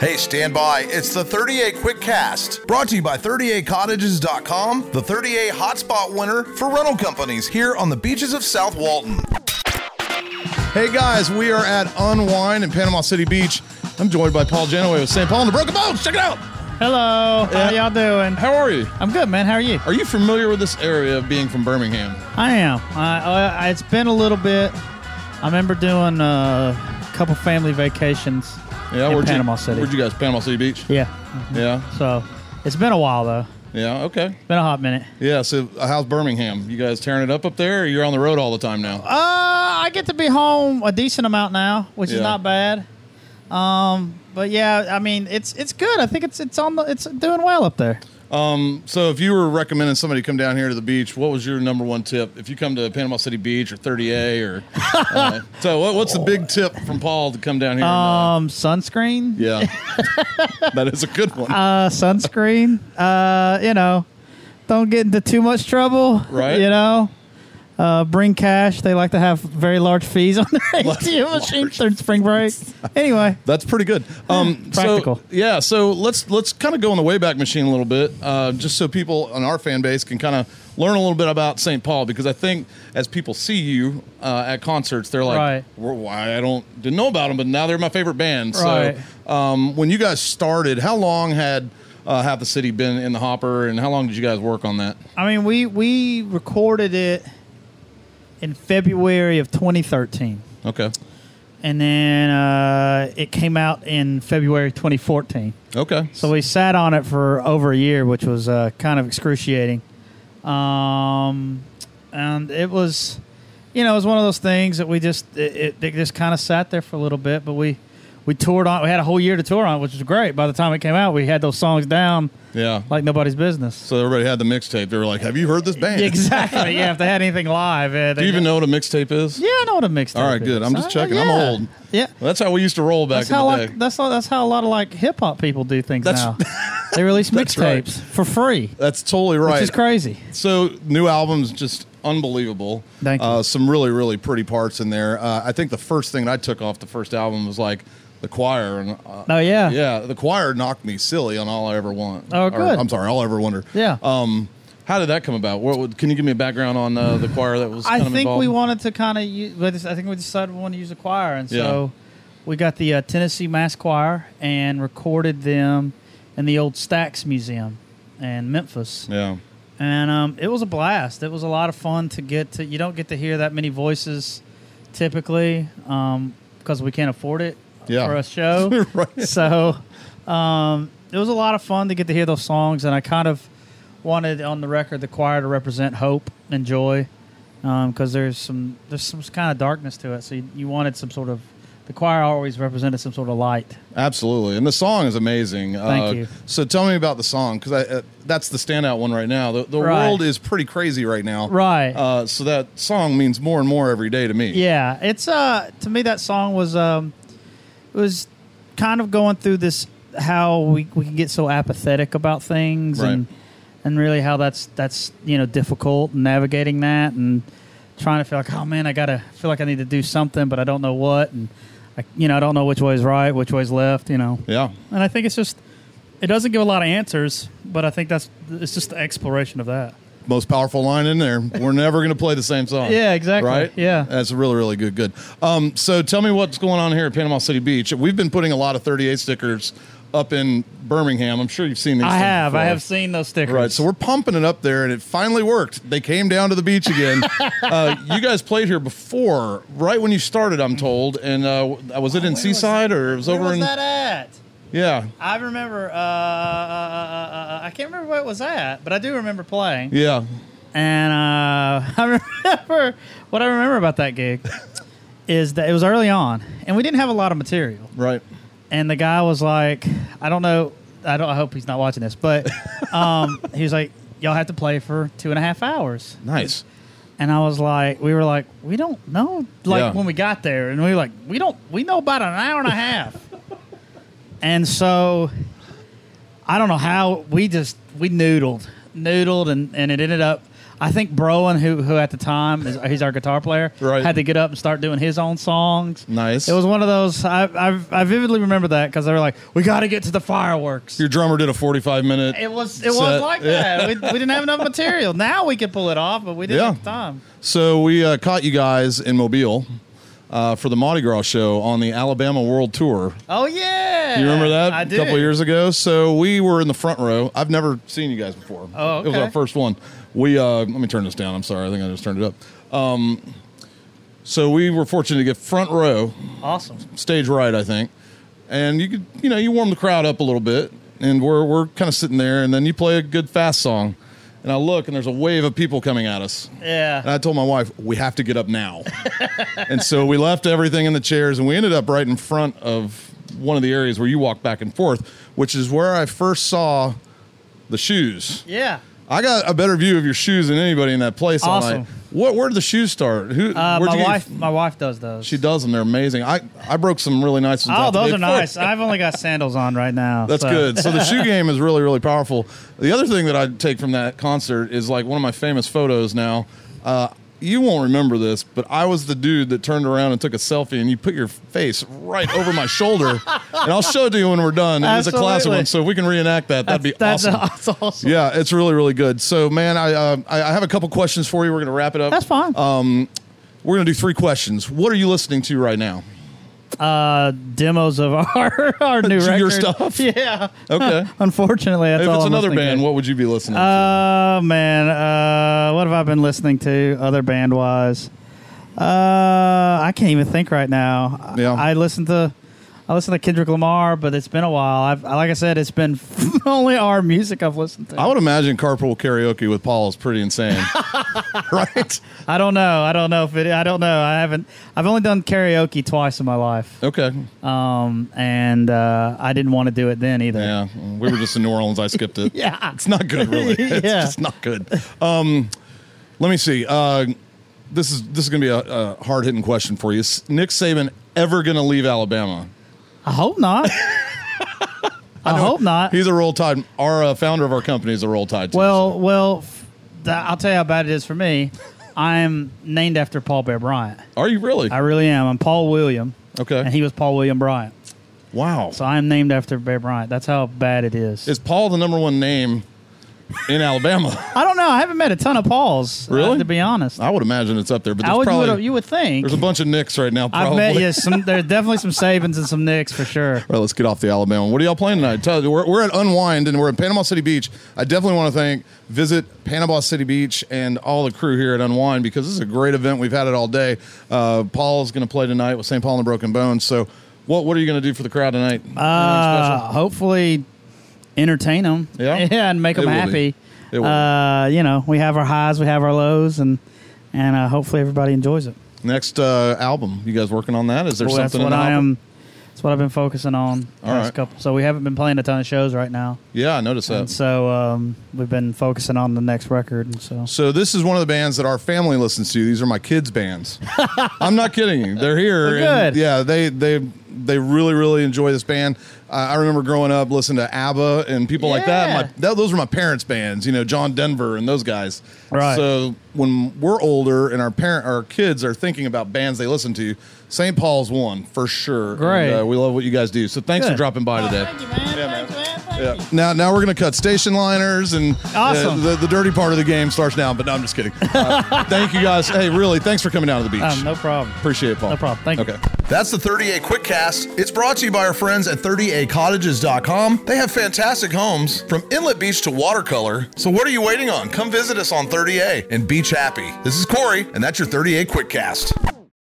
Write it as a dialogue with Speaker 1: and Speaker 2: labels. Speaker 1: Hey, stand by. It's the 38 Quick Cast, brought to you by 38cottages.com, the 38 hotspot winner for rental companies here on the beaches of South Walton.
Speaker 2: Hey guys, we are at Unwind in Panama City Beach. I'm joined by Paul Genoway with St. Paul and the Broken Bones. Check it out.
Speaker 3: Hello, how
Speaker 2: Yeah.
Speaker 3: y'all doing?
Speaker 2: How are you?
Speaker 3: I'm good, man. How are you?
Speaker 2: Are you familiar with this area of being from Birmingham?
Speaker 3: I am. I, I, it's been a little bit. I remember doing uh, a couple family vacations in
Speaker 2: where'd
Speaker 3: Panama
Speaker 2: you,
Speaker 3: City.
Speaker 2: Where'd you guys? Panama City Beach.
Speaker 3: yeah.
Speaker 2: Yeah.
Speaker 3: So it's been a while though.
Speaker 2: Yeah. Okay.
Speaker 3: Been a hot minute.
Speaker 2: Yeah. So uh, how's Birmingham? You guys tearing it up up there? Or you're on the road all the time now.
Speaker 3: Uh, I get to be home a decent amount now, which
Speaker 2: Yeah.
Speaker 3: is not bad. Um, but yeah, I mean, it's it's good. I think it's it's on the it's doing well up there.
Speaker 2: So if you were recommending somebody come down here to the beach, what was your number one tip? If you come to Panama City Beach or 30A or uh, so, what, what's the big tip from Paul to come down here? and, uh,
Speaker 3: Um, sunscreen.
Speaker 2: yeah, that is a good one.
Speaker 3: uh, sunscreen. Uh, you know, don't get into too much trouble.
Speaker 2: Right.
Speaker 3: You know, uh, bring cash. They like to have very large fees on their ATM machines during spring break. Anyway,
Speaker 2: That's pretty good. Um, so-
Speaker 3: Practical.
Speaker 2: yeah. So let's let's kind of go on the Wayback Machine a little bit, uh, just so people on our fan base can kind of learn a little bit about St. Paul, because I think as people see you uh, at concerts, they're like,
Speaker 3: Right.
Speaker 2: "Well, "Why I don't didn't know about them," but now they're my favorite band.
Speaker 3: Right.
Speaker 2: So um, when you guys started, how long had uh, half the city been in the hopper, and how long did you guys work on that?
Speaker 3: I mean, we we recorded it in February of 2013,
Speaker 2: Okay.
Speaker 3: and then uh, it came out in February 2014.
Speaker 2: Okay.
Speaker 3: So we sat on it for over a year, which was uh, kind of excruciating. Um, and it was, you know, it was one of those things that we just it, it, it just kind of sat there for a little bit. But we we toured on. We had a whole year to tour on, which was great. By the time it came out, we had those songs down
Speaker 2: yeah.
Speaker 3: like nobody's business.
Speaker 2: so everybody had the mixtape. They were like, "Have you heard this band?"
Speaker 3: exactly. Yeah. If they had anything live, uh,
Speaker 2: Do you even know what a mixtape is?
Speaker 3: Yeah, I know what a mixtape.
Speaker 2: All right,
Speaker 3: is.
Speaker 2: good. I'm just
Speaker 3: I-
Speaker 2: checking. I'm
Speaker 3: yeah.
Speaker 2: old.
Speaker 3: Yeah.
Speaker 2: Well, that's how we used to roll back
Speaker 3: That's
Speaker 2: in the
Speaker 3: how
Speaker 2: day.
Speaker 3: like that's how, that's how a lot of like hip hop people do things
Speaker 2: That's-
Speaker 3: now. they release
Speaker 2: That's right.
Speaker 3: mixtapes for free,
Speaker 2: That's totally right.
Speaker 3: which is crazy.
Speaker 2: So new albums just unbelievable.
Speaker 3: Thank you.
Speaker 2: Uh, some really really pretty parts in there. Uh, I think the first thing I took off the first album was like the choir and. Uh,
Speaker 3: Oh yeah.
Speaker 2: yeah, the choir knocked me silly on all I ever want.
Speaker 3: Oh,
Speaker 2: Or,
Speaker 3: good.
Speaker 2: I'm sorry, all I ever wonder.
Speaker 3: Yeah.
Speaker 2: Um, how did that come about? What would, can you give me a background on uh, the choir that was?
Speaker 3: I
Speaker 2: kind of
Speaker 3: think we
Speaker 2: involved?
Speaker 3: wanted to kind of use. but this- I think we decided we want to use a choir, and so
Speaker 2: Yeah.
Speaker 3: we got the uh, Tennessee Mass Choir and recorded them in the old Stax Museum in Memphis,
Speaker 2: Yeah.
Speaker 3: and um, it was a blast. It was a lot of fun to get to. You don't get to hear that many voices typically because we can't afford it
Speaker 2: Yeah.
Speaker 3: for a show.
Speaker 2: Right.
Speaker 3: So um, it was a lot of fun to get to hear those songs, and I kind of wanted on the record the choir to represent hope and joy because there's some there's some kind of darkness to it. So you, you wanted some sort of the choir always represented some sort of light.
Speaker 2: Absolutely, and the song is amazing.
Speaker 3: Thank
Speaker 2: uh,
Speaker 3: you.
Speaker 2: So tell me about the song because uh, that's the standout one right now. The, the
Speaker 3: Right.
Speaker 2: world is pretty crazy right now,
Speaker 3: Right.
Speaker 2: Uh, so that song means more and more every day to me.
Speaker 3: Yeah, it's uh to me that song was um it was kind of going through this how we we can get so apathetic about things
Speaker 2: Right.
Speaker 3: and and really how that's that's you know difficult navigating that and trying to feel like oh man I gotta feel like I need to do something but I don't know what and I, you know I don't know which way is right which way is left you know
Speaker 2: yeah,
Speaker 3: and I think it's just it doesn't give a lot of answers but I think that's it's just the exploration of that
Speaker 2: most powerful line in there. We're never going to play the same song.
Speaker 3: Yeah, exactly.
Speaker 2: Right?
Speaker 3: Yeah.
Speaker 2: that's really really good. Good. Um, so tell me what's going on here at Panama City Beach. We've been putting a lot of 38 stickers up in Birmingham. I'm sure you've seen these.
Speaker 3: I
Speaker 2: things
Speaker 3: have I
Speaker 2: before.
Speaker 3: have seen those stickers
Speaker 2: Right, so we're pumping it up there, and it finally worked. They came down to the beach again. uh, you guys played here before, right when you started, I'm told. And uh, was it in Seaside or it was
Speaker 3: where
Speaker 2: over
Speaker 3: was
Speaker 2: in?
Speaker 3: that at
Speaker 2: Yeah,
Speaker 3: I remember. Uh, uh, uh, uh, I can't remember what it was at, but I do remember playing.
Speaker 2: yeah,
Speaker 3: And uh, I remember what I remember about that gig is that it was early on, and we didn't have a lot of material.
Speaker 2: right.
Speaker 3: And the guy was like, "I don't know. I don't. I hope he's not watching this, but um, he was like." Y'all have to play for two and a half hours.
Speaker 2: Nice.
Speaker 3: And I was like, we were like, we don't know. Like
Speaker 2: Yeah.
Speaker 3: when we got there, and we were like, we don't, we know about an hour and a half. and so, I don't know how we just we noodled, noodled, and and it ended up. I think Broen, who who at the time is he's our guitar player,
Speaker 2: Right.
Speaker 3: had to get up and start doing his own songs.
Speaker 2: Nice.
Speaker 3: It was one of those. I I, I vividly remember that because they were like, we got to get to the fireworks.
Speaker 2: Your drummer did a 45 minute.
Speaker 3: it was it was
Speaker 2: set.
Speaker 3: like that. We, we didn't have enough material. Now we could pull it off, but we didn't
Speaker 2: Yeah.
Speaker 3: have time.
Speaker 2: So we uh, caught you guys in Mobile uh, for the Mardi Gras show on the Alabama World Tour.
Speaker 3: Oh yeah,
Speaker 2: You remember that
Speaker 3: I
Speaker 2: a
Speaker 3: did.
Speaker 2: couple years ago? So we were in the front row. I've never seen you guys before.
Speaker 3: Oh,
Speaker 2: It was
Speaker 3: okay.
Speaker 2: our first one. We uh, let me turn this down. I'm sorry. I think I just turned it up. Um, so we were fortunate to get front row,
Speaker 3: Awesome.
Speaker 2: stage right, I think. And you could, you know, you warm the crowd up a little bit, and we're we're kind of sitting there, and then you play a good fast song, and I look, and there's a wave of people coming at us. And
Speaker 3: Yeah.
Speaker 2: I told my wife, we have to get up now. and so we left everything in the chairs and we ended up right in front of one of the areas where you walk back and forth, which is where I first saw the shoes.
Speaker 3: Yeah.
Speaker 2: I got a better view of your shoes than anybody in that place all
Speaker 3: Awesome.
Speaker 2: night. What, where did the shoes start? Who,
Speaker 3: Uh,
Speaker 2: where'd
Speaker 3: my
Speaker 2: you get-
Speaker 3: wife, my wife does those.
Speaker 2: She does them. They're amazing. I, I broke some really nice ones.
Speaker 3: Oh,
Speaker 2: out the
Speaker 3: those
Speaker 2: day
Speaker 3: are
Speaker 2: before.
Speaker 3: nice. I've only got sandals on right now.
Speaker 2: That's
Speaker 3: so-
Speaker 2: good. So the shoe game is really, really powerful. The other thing that I take from that concert is like one of my famous photos now. Uh, you won't remember this, but I was the dude that turned around and took a selfie, and you put your face right over my shoulder. And I'll show it to you when we're done. It's a classic
Speaker 3: Absolutely.
Speaker 2: one. So if we can reenact that, that'd be
Speaker 3: That's
Speaker 2: awesome.
Speaker 3: that's awesome.
Speaker 2: Yeah, it's really, really good. So, man, I, uh, I I have a couple questions for you. We're going to wrap it up.
Speaker 3: That's fine.
Speaker 2: Um, We're going to do three questions. What are you listening to right now?
Speaker 3: uh, demos of our our new
Speaker 2: Your
Speaker 3: record.
Speaker 2: stuff?
Speaker 3: Yeah.
Speaker 2: Okay.
Speaker 3: Unfortunately, that's
Speaker 2: if
Speaker 3: all
Speaker 2: it's
Speaker 3: I'm
Speaker 2: another
Speaker 3: listening
Speaker 2: band,
Speaker 3: to.
Speaker 2: what would you be listening to?
Speaker 3: Uh man, uh, what have I been listening to other band wise? Uh, I can't even think right now.
Speaker 2: Yeah.
Speaker 3: I, I listen to I listen to Kendrick Lamar, but it's been a while. I've like I said, it's been only our music I've listened to.
Speaker 2: I would imagine carpool karaoke with Paul is pretty insane, right?
Speaker 3: I don't know. I don't know if it. I don't know. I haven't. I've only done karaoke twice in my life,
Speaker 2: Okay,
Speaker 3: um, and uh, I didn't want to do it then either.
Speaker 2: yeah, we were just in New Orleans. I skipped it.
Speaker 3: Yeah.
Speaker 2: it's not good, really. It's
Speaker 3: Yeah.
Speaker 2: just not good. Um, let me see. Uh, this is this is gonna be a, a hard hitting question for you. Is Nick Saban ever gonna leave Alabama?
Speaker 3: I hope not. I, hope not.
Speaker 2: He's a roll tide. Our uh, founder of our company is a roll tide. too,
Speaker 3: Well, well, f- th- I'll tell you how bad it is for me. I'm named after Paul Bear Bryant.
Speaker 2: so- are you really?
Speaker 3: I really am. I'm Paul William,
Speaker 2: okay.
Speaker 3: and he was Paul William Bryant.
Speaker 2: wow.
Speaker 3: So I am named after Bear Bryant. That's how bad it is.
Speaker 2: is Paul the number one name in Alabama?
Speaker 3: I don't know. I haven't met a ton of Pauls. uh,
Speaker 2: Really?
Speaker 3: to be honest, I,
Speaker 2: I would imagine it's up there, but there's
Speaker 3: would. you, would,
Speaker 2: probably
Speaker 3: you would think.
Speaker 2: there's a bunch of Knicks right now.
Speaker 3: I've
Speaker 2: Probably.
Speaker 3: met yes. Some there's definitely some Sabins and some Knicks for sure.
Speaker 2: All right, let's get off the Alabama. What are y'all playing tonight? Tell, we're, we're at Unwind and we're at Panama City Beach. I definitely want to thank Visit Panama City Beach and all the crew here at Unwind because this is a great event. We've had it all day. Uh, Paul's going to play tonight with St. Paul and the Broken Bones. So, what what are you going to do for the crowd tonight? Anything
Speaker 3: Uh,
Speaker 2: special?
Speaker 3: hopefully, entertain them.
Speaker 2: Yeah?
Speaker 3: and make
Speaker 2: It
Speaker 3: them
Speaker 2: will be.
Speaker 3: happy.
Speaker 2: It will be.
Speaker 3: Uh, you know, we have our highs, we have our lows, and and uh, hopefully everybody enjoys it.
Speaker 2: Next uh, album, you guys working on that? Is there
Speaker 3: Well, that's
Speaker 2: something?
Speaker 3: what
Speaker 2: in the
Speaker 3: I
Speaker 2: album?
Speaker 3: am. That's what I've been focusing on.
Speaker 2: All
Speaker 3: past
Speaker 2: right.
Speaker 3: couple. So we haven't been playing a ton of shows right now.
Speaker 2: Yeah, I noticed that.
Speaker 3: And so um, we've been focusing on the next record. And so
Speaker 2: So this is one of the bands that our family listens to. These are my kids' bands. I'm not kidding you. They're here.
Speaker 3: They're
Speaker 2: and
Speaker 3: good.
Speaker 2: yeah, they they they really really enjoy this band. I I remember growing up listening to ABBA and people like that.
Speaker 3: Yeah.
Speaker 2: My, that. Those were my parents' bands. You know, John Denver and those guys.
Speaker 3: Right.
Speaker 2: So when we're older and our parent our kids are thinking about bands they listen to, St. Paul's one for sure.
Speaker 3: Great.
Speaker 2: And, uh, we love what you guys do. So thanks for
Speaker 3: Good.
Speaker 2: dropping by today.
Speaker 3: you, man.
Speaker 2: Yeah, man.
Speaker 3: man.
Speaker 2: Yeah. Now, now we're gonna cut station liners and uh,
Speaker 3: Awesome.
Speaker 2: the, the dirty part of the game starts now. But no, I'm just kidding. Uh, thank you guys. Hey, really, thanks for coming down to the beach.
Speaker 3: Um, no problem.
Speaker 2: Appreciate it, Paul.
Speaker 3: No problem. Thank you.
Speaker 2: okay.
Speaker 1: That's the 30A Quickcast. It's brought to you by our friends at 30acottages.com. They have fantastic homes from inlet beach to watercolor. So what are you waiting on? Come visit us on 30A and beach happy. This is Corey, and that's your 30A Quickcast.